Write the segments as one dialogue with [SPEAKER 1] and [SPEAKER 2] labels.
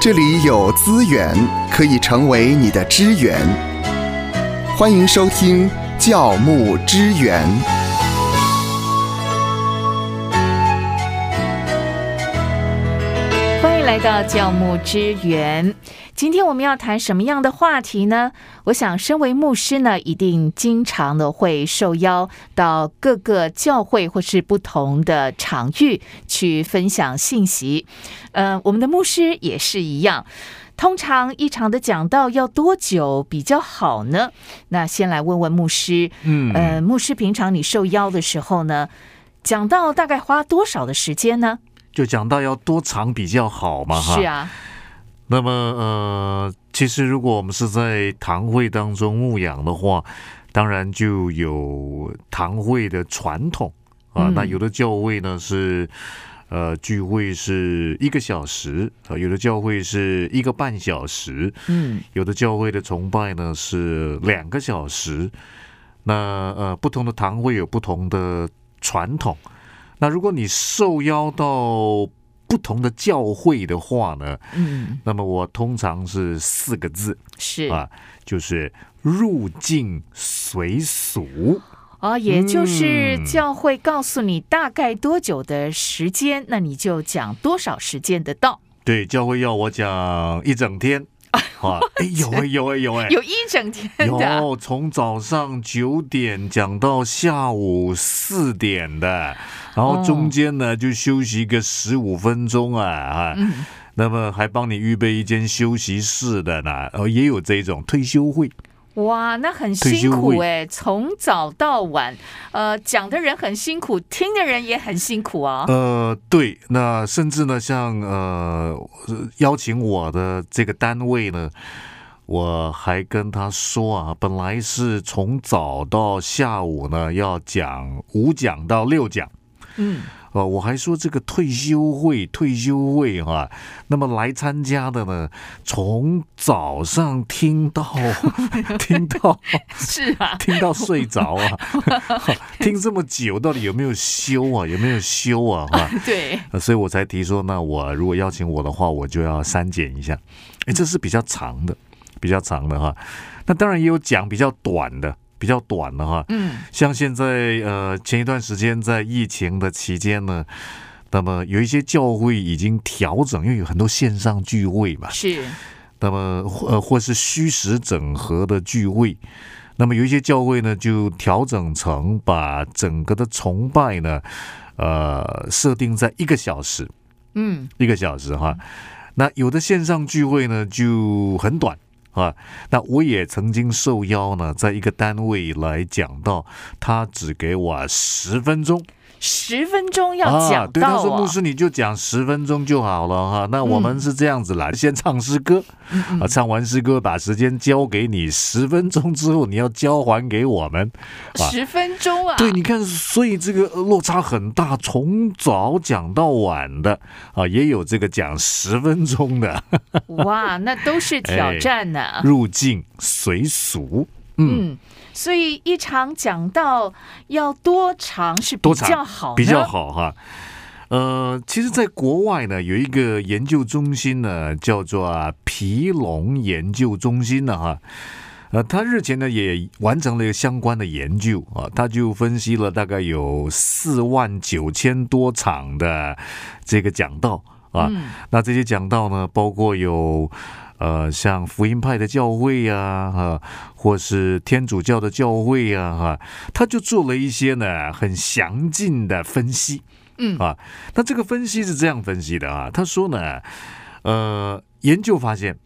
[SPEAKER 1] 这里有资源可以成为你的支援。欢迎收听教牧支援。
[SPEAKER 2] 欢迎来到教牧支援。今天我们要谈什么样的话题呢？我想，身为牧师呢，一定经常的会受邀到各个教会或是不同的场域去分享信息。呃，我们的牧师也是一样。通常一场的讲道要多久比较好呢？那先来问问牧师，嗯，
[SPEAKER 3] 哎
[SPEAKER 2] 呃，牧师平常你受邀的时候呢，讲道大概花多少的时间呢？
[SPEAKER 3] 就讲到要多长比较好嘛，哈。
[SPEAKER 2] 是。啊，
[SPEAKER 3] 那么呃，其实如果我们是在堂会当中牧养的话，当然就有堂会的传统啊。
[SPEAKER 2] 嗯
[SPEAKER 3] 那有的教会呢是。呃，聚会是一个小时，啊，有的教会是一个半小时，
[SPEAKER 2] 嗯，
[SPEAKER 3] 有的教会的崇拜呢是两个小时，那呃不同的堂会有不同的传统。那如果你受邀到不同的教会的话呢，
[SPEAKER 2] 嗯，
[SPEAKER 3] 那么我通常是四个字
[SPEAKER 2] 是
[SPEAKER 3] 啊，就是入境随俗。
[SPEAKER 2] 哦，也就是
[SPEAKER 3] 嗯
[SPEAKER 2] 教会告诉你大概多久的时间，那你就讲多少时间的到，
[SPEAKER 3] 对，教会要我讲一整天啊，哎有哎有哎有哎，
[SPEAKER 2] 有一整天 的啊。
[SPEAKER 3] 有从早上九点讲到下午四点的，然后中间呢、就休息个十五分钟啊啊。
[SPEAKER 2] 嗯
[SPEAKER 3] 那么还帮你预备一间休息室的呢，哦，也有这种退休会，
[SPEAKER 2] 哇，那很
[SPEAKER 3] 退
[SPEAKER 2] 辛
[SPEAKER 3] 休
[SPEAKER 2] 苦
[SPEAKER 3] 会
[SPEAKER 2] 哎、从早到晚，呃，讲的人很辛苦，听的人也很辛苦啊。
[SPEAKER 3] 呃，对，那甚至呢，像呃邀请我的这个单位呢，我还跟他说啊，本来是从早到下午呢要讲五讲到六讲，
[SPEAKER 2] 嗯，
[SPEAKER 3] 呃，我还说这个退休会，退休会哈、那么来参加的呢，从早上听到 听到
[SPEAKER 2] 是啊，
[SPEAKER 3] 听到睡着啊， 听这么久，到底有没有休啊？有没有休啊？哈、
[SPEAKER 2] 对，
[SPEAKER 3] 呃所以我才提说，那我如果邀请我的话，我就要删减一下。哎，这是比较长的，比较长的哈。那当然也有讲比较短的，比较短的哈。
[SPEAKER 2] 嗯，
[SPEAKER 3] 像现在呃，前一段时间在疫情的期间呢，那么有一些教会已经调整，因为有很多线上聚会嘛，
[SPEAKER 2] 是，
[SPEAKER 3] 那么或呃或是虚实整合的聚会，那么有一些教会呢就调整成把整个的崇拜呢，呃设定在一个小时，
[SPEAKER 2] 嗯，
[SPEAKER 3] 一个小时哈。那有的线上聚会呢就很短啊。那我也曾经受邀呢，在一个单位来讲到，他只给我十分钟
[SPEAKER 2] 十分钟要讲
[SPEAKER 3] 啊。对，他
[SPEAKER 2] 到
[SPEAKER 3] 说
[SPEAKER 2] 啊
[SPEAKER 3] 牧，师你就讲十分钟就好了哈。那我们是这样子啦，先唱诗歌
[SPEAKER 2] 嗯
[SPEAKER 3] 啊，唱完诗歌把时间交给你，十分钟之后你要交还给我们。啊
[SPEAKER 2] 十分钟啊，
[SPEAKER 3] 对，你看，所以这个呃落差很大，从早讲到晚的啊，也有这个讲十分钟的。
[SPEAKER 2] 哇，那都是挑
[SPEAKER 3] 哎
[SPEAKER 2] 战呢、
[SPEAKER 3] 入境随俗。
[SPEAKER 2] 嗯，所以一场讲到要多长是比
[SPEAKER 3] 多长
[SPEAKER 2] 较好呢，
[SPEAKER 3] 比较好哈。呃，其实，在国外呢，有一个研究中心呢，叫做啊皮龙研究中心呢，哈。呃，他日前呢也完成了一个相关的研究啊，他就分析了大概有四万九千多场的这个讲道啊，那这些讲道呢，包括有呃像福音派的教会呀、啊，哈、或是天主教的教会呀、啊，哈、他就做了一些呢很详尽的分析。
[SPEAKER 2] 嗯
[SPEAKER 3] 啊，那这个分析是这样分析的啊，他说呢，呃，研究发现。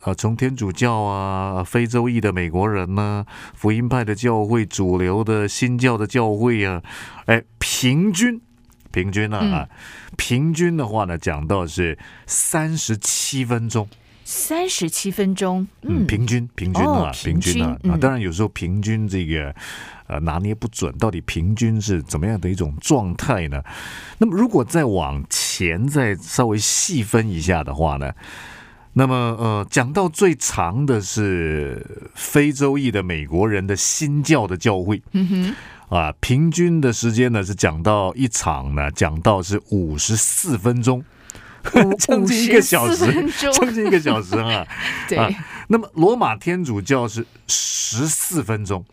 [SPEAKER 3] 啊，从天主教啊、非洲裔的美国人呢、福音派的教会、主流的新教的教会啊，哎，平均平均啊，啊平均的话呢，讲到是三十七分钟，
[SPEAKER 2] 三十七分钟，
[SPEAKER 3] 嗯，
[SPEAKER 2] 嗯，
[SPEAKER 3] 平均平均
[SPEAKER 2] 哦
[SPEAKER 3] 啊，平均啊
[SPEAKER 2] 平均嗯
[SPEAKER 3] 啊，当然有时候平均这个呃拿捏不准，到底平均是怎么样的一种状态呢？那么如果再往前再稍微细分一下的话呢，那么呃讲到最长的是非洲裔的美国人的新教的教会，
[SPEAKER 2] 嗯哼，
[SPEAKER 3] 啊，平均的时间呢是讲到一场呢，讲到是五十四分钟。将
[SPEAKER 2] 五
[SPEAKER 3] 近一
[SPEAKER 2] 十
[SPEAKER 3] 个小
[SPEAKER 2] 四
[SPEAKER 3] 时
[SPEAKER 2] 分，
[SPEAKER 3] 将
[SPEAKER 2] 钟，
[SPEAKER 3] 近一个小时啊。
[SPEAKER 2] 对，
[SPEAKER 3] 啊那么罗马天主教是十四分钟，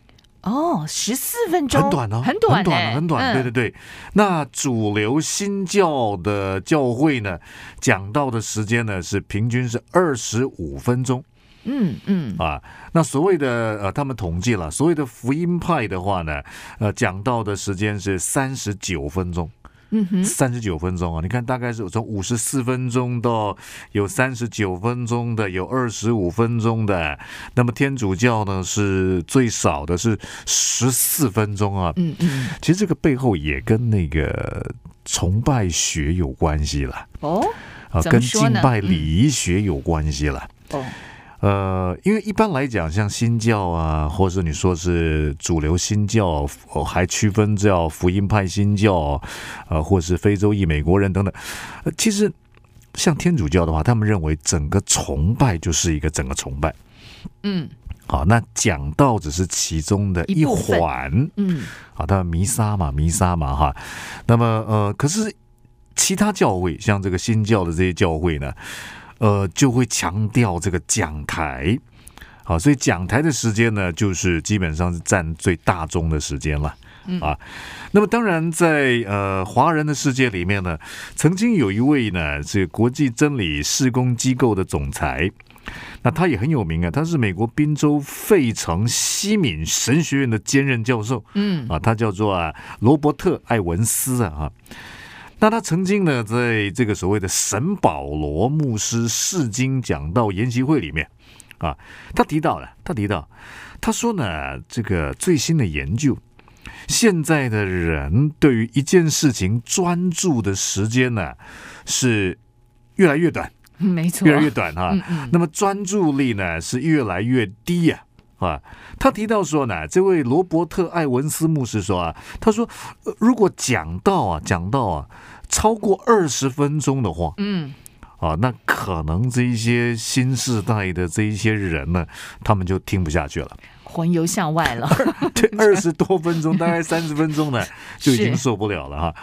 [SPEAKER 2] 哦，十四分钟，
[SPEAKER 3] 很短哦，
[SPEAKER 2] 很短、欸，
[SPEAKER 3] 很短啊，很短。对对
[SPEAKER 2] 对，
[SPEAKER 3] 对。那主流新教的教会呢，讲到的时间呢是平均是二十五分钟
[SPEAKER 2] 嗯嗯，
[SPEAKER 3] 啊。那所谓的呃，他们统计了，所谓的福音派的话呢，呃，讲到的时间是三十九分钟。
[SPEAKER 2] 嗯哼，
[SPEAKER 3] 三十九分钟啊！你看，大概是从五十四分钟到有三十九分钟的，有二十五分钟的。那么天主教呢是最少的，是十四分钟啊。
[SPEAKER 2] 嗯嗯，
[SPEAKER 3] 其实这个背后也跟那个崇拜学有关系了
[SPEAKER 2] 哦
[SPEAKER 3] 啊，
[SPEAKER 2] 怎么
[SPEAKER 3] 跟
[SPEAKER 2] 说
[SPEAKER 3] 敬
[SPEAKER 2] 呢嗯
[SPEAKER 3] 拜礼仪学有关系了。
[SPEAKER 2] 哦，
[SPEAKER 3] 呃，因为一般来讲，像新教啊，或者你说是主流新教，哦还区分叫福音派新教，呃，或是非洲裔美国人等等。呃其实像天主教的话，他们认为整个崇拜就是一个整个崇拜。
[SPEAKER 2] 嗯
[SPEAKER 3] 好，那讲道只是其中的
[SPEAKER 2] 一
[SPEAKER 3] 一
[SPEAKER 2] 部分
[SPEAKER 3] 环。
[SPEAKER 2] 嗯，
[SPEAKER 3] 好，啊当然弥撒嘛，弥撒嘛，哈。那么呃，可是其他教会，像这个新教的这些教会呢，呃，就会强调这个讲台。好，所以讲台的时间呢，就是基本上是占最大宗的时间了。啊，那么当然在，呃华人的世界里面呢，曾经有一位呢是国际真理事工机构的总裁，那他也很有名啊，他是美国宾州费城西敏神学院的兼任教授。
[SPEAKER 2] 嗯
[SPEAKER 3] 啊，他叫做、啊、罗伯特·艾文斯啊啊。那他曾经呢，在这个所谓的神保罗牧师释经讲道研习会里面啊，他提到了，他提到，他说呢，这个最新的研究，现在的人对于一件事情专注的时间呢，是越来越短，
[SPEAKER 2] 嗯，没错，
[SPEAKER 3] 越来越短啊哈、
[SPEAKER 2] 嗯嗯
[SPEAKER 3] 那么专注力呢是越来越低呀、啊。他提到说呢，这位罗伯特·艾文斯牧师说啊，他说，呃如果讲到啊，讲到啊，超过二十分钟的话
[SPEAKER 2] 嗯，
[SPEAKER 3] 啊，那可能这一些新时代的这一些人呢，他们就听不下去了。
[SPEAKER 2] 魂游向外 了，
[SPEAKER 3] 对，二十多分钟，大概三十分钟呢，就已经
[SPEAKER 2] 是
[SPEAKER 3] 受不了了哈。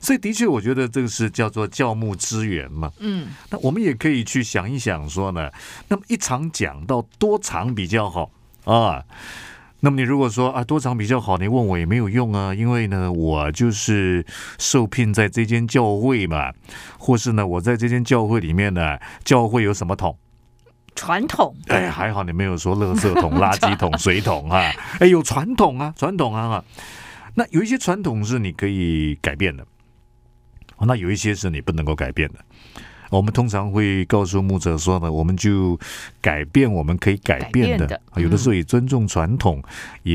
[SPEAKER 3] 所以的确，我觉得这个是叫做教牧支援嘛。
[SPEAKER 2] 嗯
[SPEAKER 3] 那我们也可以去想一想，说呢，那么一场讲到多长比较好啊？那么你如果说啊多长比较好，你问我也没有用啊，因为呢我就是受聘在这间教会嘛，或是呢我在这间教会里面呢，教会有什么桶？
[SPEAKER 2] 传统，
[SPEAKER 3] 哎，还好你没有说垃圾桶、垃圾桶、水桶 啊，哎有传统啊，传统啊啊那有一些传统是你可以改变的，哦那有一些是你不能够改变的。我们通常会告诉牧者说呢，我们就改变我们可以改变
[SPEAKER 2] 改
[SPEAKER 3] 的，
[SPEAKER 2] 变的
[SPEAKER 3] 啊有的时候也尊重传统，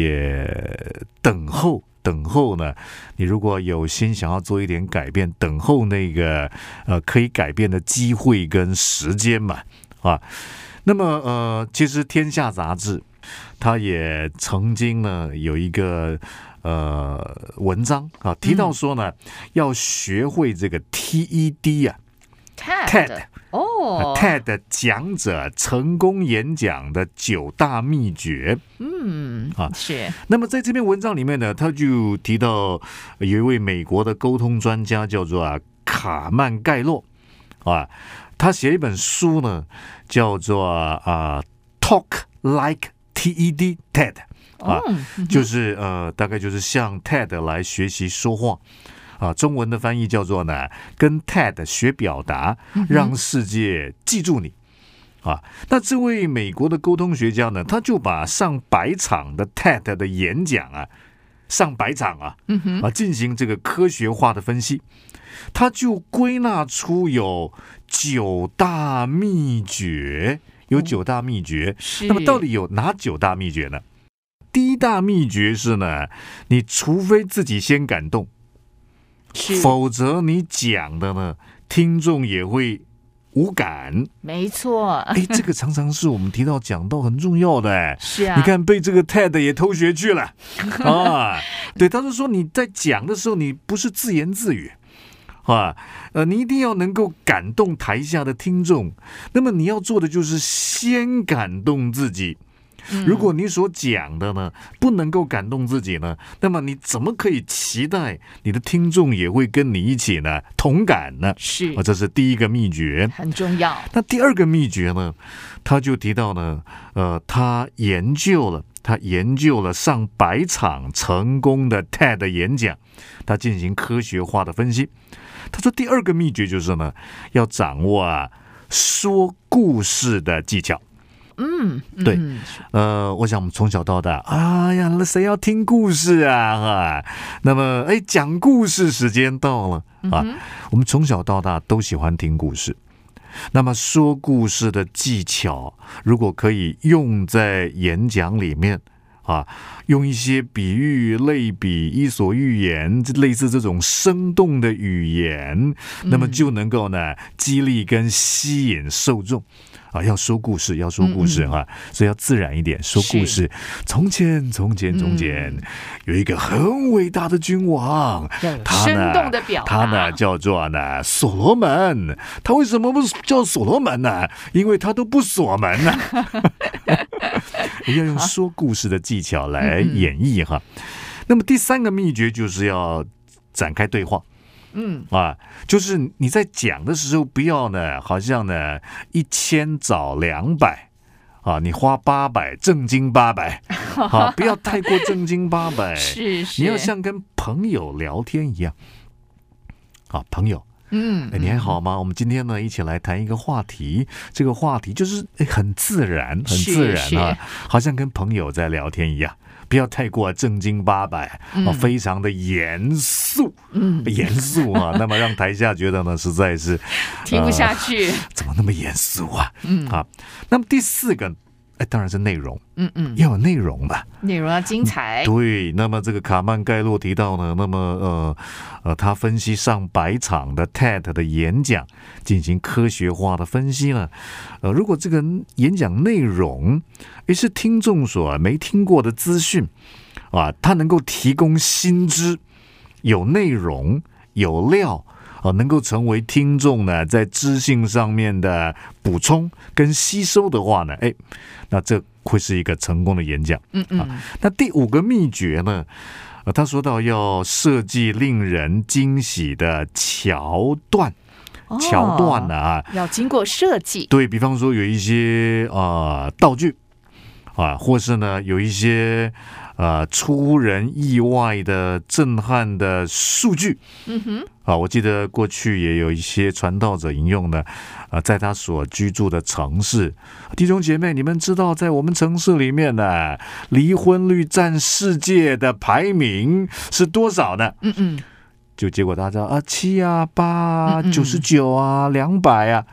[SPEAKER 3] 也等候。等候呢？你如果有心想要做一点改变，等候那个呃可以改变的机会跟时间嘛，啊。那么呃，其实《天下》杂志，它也曾经呢有一个呃文章啊，提到说呢，要学会这个 TED 啊，TED
[SPEAKER 2] E
[SPEAKER 3] 啊
[SPEAKER 2] 哦
[SPEAKER 3] TED 讲者成功演讲的九大秘诀。
[SPEAKER 2] 嗯
[SPEAKER 3] 啊
[SPEAKER 2] 是
[SPEAKER 3] 那么在这篇文章里面呢，他就提到呃有一位美国的沟通专家叫做啊卡曼盖洛啊，他写一本书呢，叫做啊 Talk Like TED TED 啊，
[SPEAKER 2] 嗯
[SPEAKER 3] 就是呃大概就是向 TED 来学习说话。啊，中文的翻译叫做呢，跟 TED 学表达，让世界记住你。啊，那这位美国的沟通学家呢，他就把上百场的 TED 的演讲啊，上百场啊，
[SPEAKER 2] 嗯
[SPEAKER 3] 啊，进行这个科学化的分析，他就归纳出有九大秘诀，有九大秘诀。
[SPEAKER 2] 是，
[SPEAKER 3] 那么到底有哪九大秘诀呢？第一大秘诀是呢，你除非自己先感动，
[SPEAKER 2] 是
[SPEAKER 3] 否则你讲的呢，听众也会无感。
[SPEAKER 2] 没错，
[SPEAKER 3] 哎，这个常常是我们提到讲到很重要的哎。
[SPEAKER 2] 是啊，
[SPEAKER 3] 你看，被这个 TED 也偷学去了啊！对，他是说你在讲的时候，你不是自言自语啊，呃，你一定要能够感动台下的听众。那么你要做的就是先感动自己，如果你所讲的呢不能够感动自己呢，那么你怎么可以期待你的听众也会跟你一起呢同感呢？
[SPEAKER 2] 是
[SPEAKER 3] 啊，这是第一个秘诀。
[SPEAKER 2] 很重要。
[SPEAKER 3] 那第二个秘诀呢，他就提到呢，呃，他研究了，他研究了上百场成功的 TED 演讲，他进行科学化的分析。他说，第二个秘诀就是呢，要掌握啊说故事的技巧。
[SPEAKER 2] 嗯，
[SPEAKER 3] 对
[SPEAKER 2] 嗯
[SPEAKER 3] 呃，我想我们从小到大，哎呀，那谁要听故事啊？哈、那么哎，讲故事时间到了啊、我们从小到大都喜欢听故事。那么说故事的技巧，如果可以用在演讲里面啊，用一些比喻、类比、伊索寓言，这类似这种生动的语言，那么就能够呢激励跟吸引受众。啊，要说故事，要说故事啊，所以要自然一点说故事。从前，从前，从前，有一个很伟大的君王，
[SPEAKER 2] 要有
[SPEAKER 3] 他呢
[SPEAKER 2] 生动的表
[SPEAKER 3] 他呢
[SPEAKER 2] 达，
[SPEAKER 3] 叫做呢所罗门。他为什么不叫所罗门呢？因为他都不锁 门呢、要用说故事的技巧来
[SPEAKER 2] 嗯
[SPEAKER 3] 演绎哈。那么第三个秘诀就是要展开对话。
[SPEAKER 2] 嗯，
[SPEAKER 3] 啊，就是你在讲的时候，不要呢，好像呢一千找两百啊，你花八百，正经 八百啊，不要太过正经八百，
[SPEAKER 2] 是是，
[SPEAKER 3] 哎你要像跟朋友聊天一样。啊，朋友，
[SPEAKER 2] 嗯
[SPEAKER 3] 哎，你还好吗？我们今天呢，一起来谈一个话题。这个话题就是哎很自然，很
[SPEAKER 2] 是
[SPEAKER 3] 自然啊
[SPEAKER 2] 是，
[SPEAKER 3] 好像跟朋友在聊天一样，不要太过正经八百啊，非常的严肃，
[SPEAKER 2] 嗯，
[SPEAKER 3] 严肃 啊。那么让台下觉得呢，实在是
[SPEAKER 2] 听不下去，
[SPEAKER 3] 怎么那么严肃啊？
[SPEAKER 2] 嗯
[SPEAKER 3] 啊，那么第四个，哎，当然是内容，
[SPEAKER 2] 嗯嗯，
[SPEAKER 3] 要有内容吧。
[SPEAKER 2] 内容要精彩，
[SPEAKER 3] 对，那么这个卡曼盖洛提到呢，那么呃呃，他分析上百场的 TED 的演讲，进行科学化的分析呢。呃，如果这个演讲内容也是听众所没听过的资讯啊，它能够提供新知，有内容，有料。啊，能够成为听众呢在知性上面的补充跟吸收的话呢，哎，那这会是一个成功的演讲。
[SPEAKER 2] 嗯嗯，
[SPEAKER 3] 那第五个秘诀呢？呃，他说到要设计令人惊喜的桥段，
[SPEAKER 2] 哦
[SPEAKER 3] 桥段呢啊，
[SPEAKER 2] 要经过设计，
[SPEAKER 3] 对比方说有一些啊、呃道具啊，或是呢有一些呃出人意外的震撼的数据
[SPEAKER 2] 嗯哼，
[SPEAKER 3] 啊，我记得过去也有一些传道者引用的，啊，在他所居住的城市，弟兄姐妹，你们知道，在我们城市里面呢，离婚率占世界的排名是多少呢？
[SPEAKER 2] 嗯嗯，
[SPEAKER 3] 就结果大家啊，七啊，八啊，
[SPEAKER 2] 嗯嗯
[SPEAKER 3] 九十九啊，两百啊，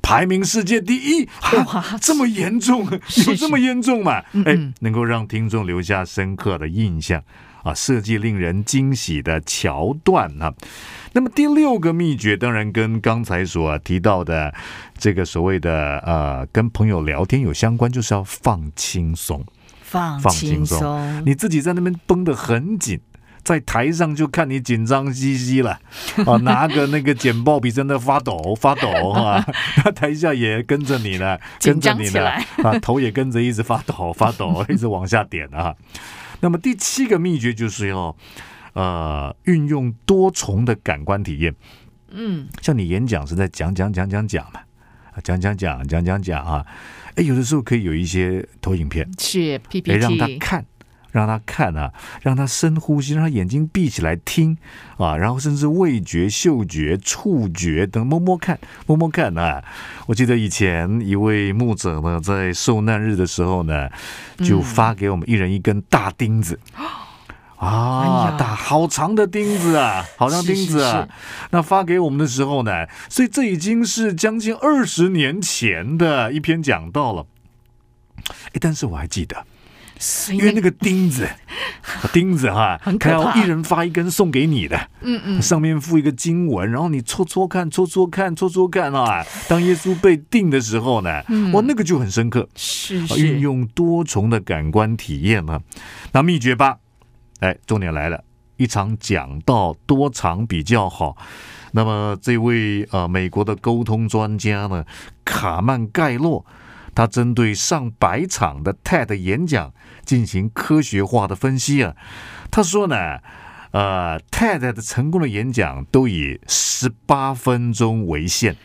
[SPEAKER 3] 排名世界第一，
[SPEAKER 2] 哇
[SPEAKER 3] 哈，这么严重，
[SPEAKER 2] 是
[SPEAKER 3] 有这么严重吗？
[SPEAKER 2] 嗯
[SPEAKER 3] 哎
[SPEAKER 2] 嗯，
[SPEAKER 3] 能够让听众留下深刻的印象啊，设计令人惊喜的桥段啊。那么第六个秘诀，当然跟刚才所提到的这个所谓的呃，跟朋友聊天有相关，就是要放轻松。
[SPEAKER 2] 放
[SPEAKER 3] 放
[SPEAKER 2] 轻
[SPEAKER 3] 轻松
[SPEAKER 2] 松，
[SPEAKER 3] 你自己在那边绷得很紧，在台上就看你紧张兮兮了，啊，拿个那个剪报笔在那发抖发抖啊，那台下也跟着你呢，跟着你
[SPEAKER 2] 紧张起
[SPEAKER 3] 呢
[SPEAKER 2] 来，
[SPEAKER 3] 啊，头也跟着一直发抖发抖，一直往下点啊。那么第七个秘诀就是要，呃，运用多重的感官体验。
[SPEAKER 2] 嗯，
[SPEAKER 3] 像你演讲是在讲讲讲讲讲嘛，啊讲讲讲讲讲讲啊，哎，有的时候可以有一些投影片。
[SPEAKER 2] 是
[SPEAKER 3] 得哎让他
[SPEAKER 2] PPT，
[SPEAKER 3] 看，让他看啊，让他深呼吸，让他眼睛闭起来听啊，然后甚至味觉、嗅觉、触觉等摸摸看，摸摸看啊。我记得以前一位牧者呢，在受难日的时候呢，
[SPEAKER 2] 嗯
[SPEAKER 3] 就发给我们一人一根大 钉子。
[SPEAKER 2] 哎
[SPEAKER 3] 啊
[SPEAKER 2] 呀，
[SPEAKER 3] 大好长的钉子啊，好长钉子啊！
[SPEAKER 2] 是是是
[SPEAKER 3] 那发给我们的时候呢，所以这已经是将近二十年前的一篇讲道了。哎，但是我还记得，
[SPEAKER 2] 所以
[SPEAKER 3] 因为那
[SPEAKER 2] 个，
[SPEAKER 3] 个钉 子，钉子哈、
[SPEAKER 2] 很可
[SPEAKER 3] 他要
[SPEAKER 2] 怕
[SPEAKER 3] 一人发一根送给你的，
[SPEAKER 2] 嗯嗯，
[SPEAKER 3] 上面附一个经文，然后你搓搓看，搓搓看，搓搓看啊。当耶稣被钉的时候呢，
[SPEAKER 2] 嗯
[SPEAKER 3] 哇，那个就很深刻，
[SPEAKER 2] 是
[SPEAKER 3] 啊运
[SPEAKER 2] 是，
[SPEAKER 3] 用多重的感官体验啊。那秘诀吧，哎，重点来了，一场讲到多场比较好。那么这位呃美国的沟通专家呢，卡曼盖洛，他针对上百场的 TED 演讲进行科学化的分析啊。他说呢，呃，TED 的成功的演讲都以十八分钟为限。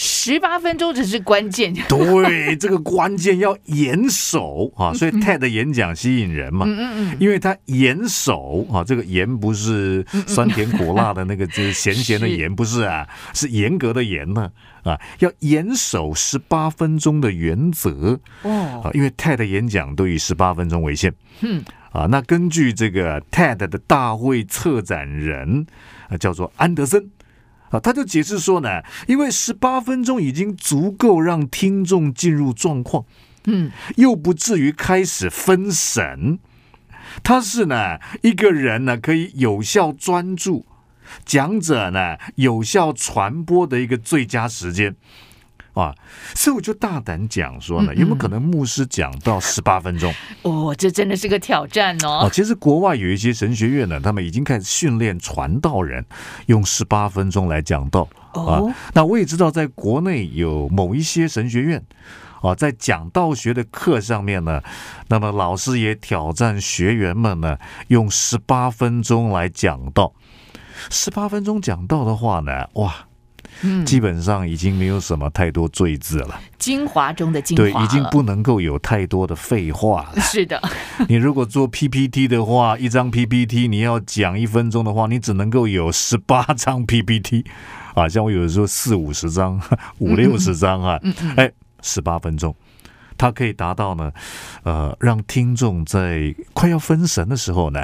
[SPEAKER 2] 十八分钟只是关键。
[SPEAKER 3] 对，这个关键要严守啊，所以 TED 的演讲吸引人嘛，
[SPEAKER 2] 嗯嗯
[SPEAKER 3] 因为它严守啊，这个盐不是酸甜苦辣的那个，就是咸咸的盐，不是
[SPEAKER 2] 嗯
[SPEAKER 3] 啊，是严格的严呢啊要严守十八分钟的原则
[SPEAKER 2] 嗯，哦，
[SPEAKER 3] 啊，因为 TED 演讲都以十八分钟为限。
[SPEAKER 2] 嗯
[SPEAKER 3] 啊，那根据这个 TED 的大会策展人啊，叫做安德森。啊，他就解释说呢，因为十八分钟已经足够让听众进入状况，
[SPEAKER 2] 嗯，
[SPEAKER 3] 又不至于开始分神。他是呢，一个人呢可以有效专注，讲者呢有效传播的一个最佳时间啊。所以我就大胆讲说
[SPEAKER 2] 嗯
[SPEAKER 3] 呢，有没有可能牧师讲到十八分 钟？
[SPEAKER 2] 哦，这真的是个挑战
[SPEAKER 3] 哦，
[SPEAKER 2] 哦。
[SPEAKER 3] 其实国外有一些神学院呢，他们已经开始训练传道人用十八分钟来讲道啊
[SPEAKER 2] 哦。
[SPEAKER 3] 那我也知道，在国内有某一些神学院啊，在讲道学的课上面呢，那么老师也挑战学员们呢，用十八分钟来讲道。十八分钟讲道的话呢，哇，
[SPEAKER 2] 嗯，
[SPEAKER 3] 基本上已经没有什么太多罪字了，
[SPEAKER 2] 精华中的精华
[SPEAKER 3] 对，已经
[SPEAKER 2] 了
[SPEAKER 3] 不能够有太多的废话了。
[SPEAKER 2] 是的，
[SPEAKER 3] 你如果做 PPT 的话，一张 PPT 你要讲一分钟的话，你只能够有十八张 PPT 啊，像我有的时候四五十张、 五六十张啊，哎，十八分钟，它可以达到呢，呃，让听众在快要分神的时候呢，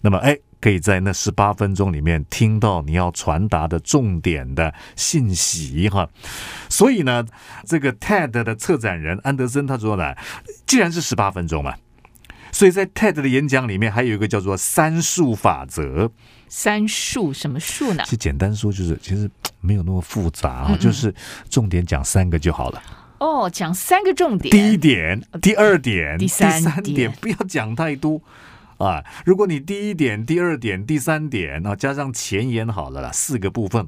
[SPEAKER 3] 那么哎。可以在那十八分钟里面听到你要传达的重点的信息哈，所以呢，这个 TED 的策展人安德森他说呢，既然是十八分钟嘛，所以在 TED 的演讲里面，还有一个叫做“三数法则
[SPEAKER 2] 三数什么数呢”，
[SPEAKER 3] 其？实简单说就是，其实嘖没有那么复杂啊
[SPEAKER 2] 啊嗯，嗯
[SPEAKER 3] 就是重点讲三个就好了。
[SPEAKER 2] 哦，讲三个重
[SPEAKER 3] 第一
[SPEAKER 2] 点。
[SPEAKER 3] 点、第二
[SPEAKER 2] 嗯
[SPEAKER 3] 点、
[SPEAKER 2] 第
[SPEAKER 3] 第
[SPEAKER 2] 三
[SPEAKER 3] 三
[SPEAKER 2] 点
[SPEAKER 3] 点，不要讲太多啊。如果你第一点、第二点、第三点啊，加上前言好了啦，四个部分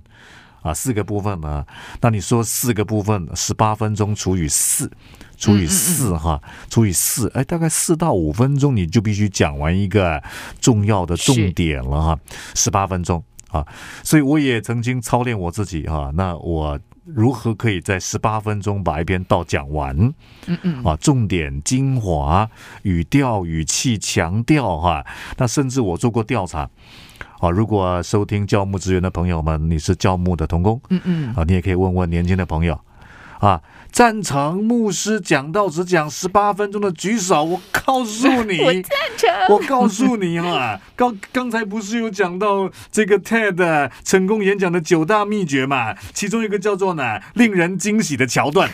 [SPEAKER 3] 啊，四个部分呢，那你说四个部分，十八分钟除以四，除以
[SPEAKER 2] 嗯
[SPEAKER 3] 四哈，除以四，哎，大概四到五分钟你就必须讲完一个重要的重点了哈，十八分钟啊，所以我也曾经操练我自己哈、那我。如何可以在十八分钟把一篇道讲完？
[SPEAKER 2] 嗯嗯，
[SPEAKER 3] 啊，重点精华、语调、语气、强调哈、那甚至我做过调查，啊，如果收听教牧资源的朋友们，你是教牧的童工，
[SPEAKER 2] 嗯嗯，
[SPEAKER 3] 啊，你也可以问问年轻的朋友，啊，赞成牧师讲到只讲十八分钟的举手，我告诉你，
[SPEAKER 2] 我赞成。
[SPEAKER 3] 我告诉你啊，刚刚才不是有讲到这个 TED 成功演讲的九大秘诀嘛？其中一个叫做呢，令人惊喜的桥段，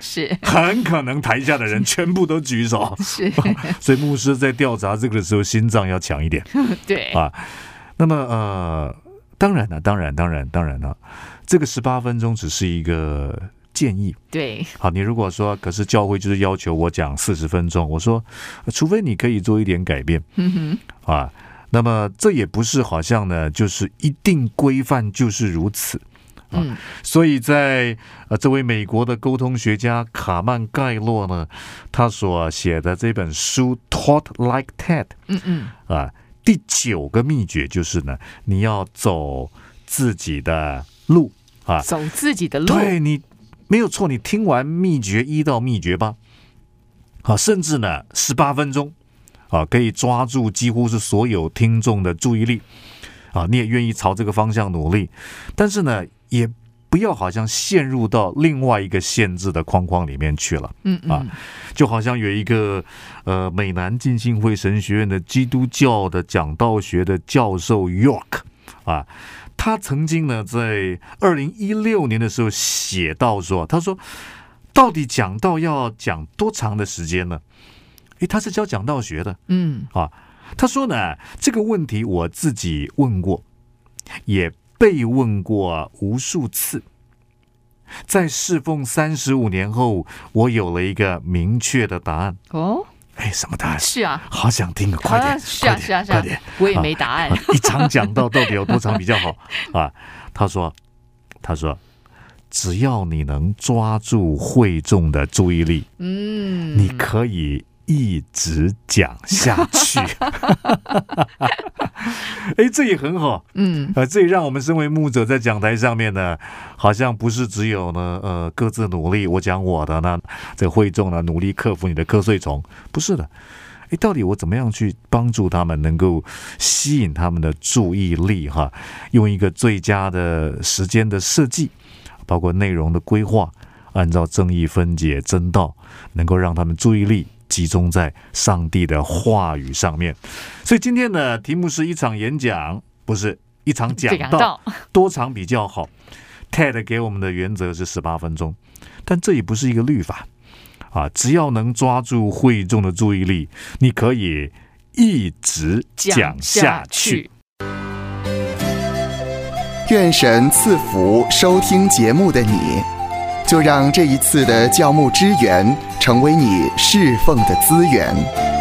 [SPEAKER 2] 是，
[SPEAKER 3] 很可能台下的人全部都举手
[SPEAKER 2] 是，
[SPEAKER 3] 哦所以牧师在调查这个的时候，心脏要强一点
[SPEAKER 2] 对，
[SPEAKER 3] 啊。那么呃，当然了，当然，当然，当然了，这个十八分钟只是一个建议。
[SPEAKER 2] 对，
[SPEAKER 3] 好，你如果说，可是教会就是要求我讲四十分钟，我说，呃除非你可以做一点改变
[SPEAKER 2] 嗯哼，
[SPEAKER 3] 啊。那么这也不是好像呢，就是一定规范就是如此。哦
[SPEAKER 2] 嗯，
[SPEAKER 3] 所以在呃，这位美国的沟通学家卡曼盖洛呢，他所写的这本书《Taught Like TED
[SPEAKER 2] 嗯嗯，》
[SPEAKER 3] 啊，第九个秘诀就是呢，你要走自己的路啊，
[SPEAKER 2] 走自己的路，
[SPEAKER 3] 对你没有错，你听完秘诀一到秘诀八，啊，甚至呢十八分钟，啊，可以抓住几乎是所有听众的注意力，啊，你也愿意朝这个方向努力，但是呢，也不要好像陷入到另外一个限制的框框里面去了。
[SPEAKER 2] 嗯嗯
[SPEAKER 3] 啊，就好像有一个呃美南浸信会神学院的基督教的讲道学的教授 York 啊，他曾经呢在二零一六年的时候写到说，他说到底讲道要讲多长的时间呢？诶，他是教讲道学的，
[SPEAKER 2] 嗯，
[SPEAKER 3] 他说呢这个问题我自己问过，也被问过无数次。在侍奉三十五年后，我有了一个明确的答案。
[SPEAKER 2] 哦，
[SPEAKER 3] 哎，什么答案？
[SPEAKER 2] 是啊，
[SPEAKER 3] 好想听啊！快
[SPEAKER 2] 啊，
[SPEAKER 3] 点，
[SPEAKER 2] 是啊，
[SPEAKER 3] 快点
[SPEAKER 2] 是啊，是
[SPEAKER 3] 快
[SPEAKER 2] 啊
[SPEAKER 3] 点！，
[SPEAKER 2] 我也
[SPEAKER 3] 啊
[SPEAKER 2] 没答案
[SPEAKER 3] 啊。一场讲到到底有多长比较好啊？他说，他说，只要你能抓住会众的注意力，
[SPEAKER 2] 嗯，
[SPEAKER 3] 你可以一直讲下 去。 哎，这也很好。
[SPEAKER 2] 嗯
[SPEAKER 3] 呃，这也让我们身为牧者在讲台上面呢，好像不是只有呢，呃，各自努力，我讲我的呢，这会众呢努力克服你的瞌睡虫，不是的。哎，到底我怎么样去帮助他们，能够吸引他们的注意力哈？用一个最佳的时间的设计，包括内容的规划，按照正义分解真道，能够让他们注意力集中在上帝的话语上面。所以今天的题目是一场演讲，不是一场讲
[SPEAKER 2] 讲
[SPEAKER 3] 道，
[SPEAKER 2] 到
[SPEAKER 3] 多长比较好。TED 给我们的原则是十八分钟，但这也不是一个律法啊，只要能抓住会众的注意力，你可以一直讲下去。。
[SPEAKER 1] 愿神赐福收听节目的你，就让这一次的教牧支援成为你侍奉的资源。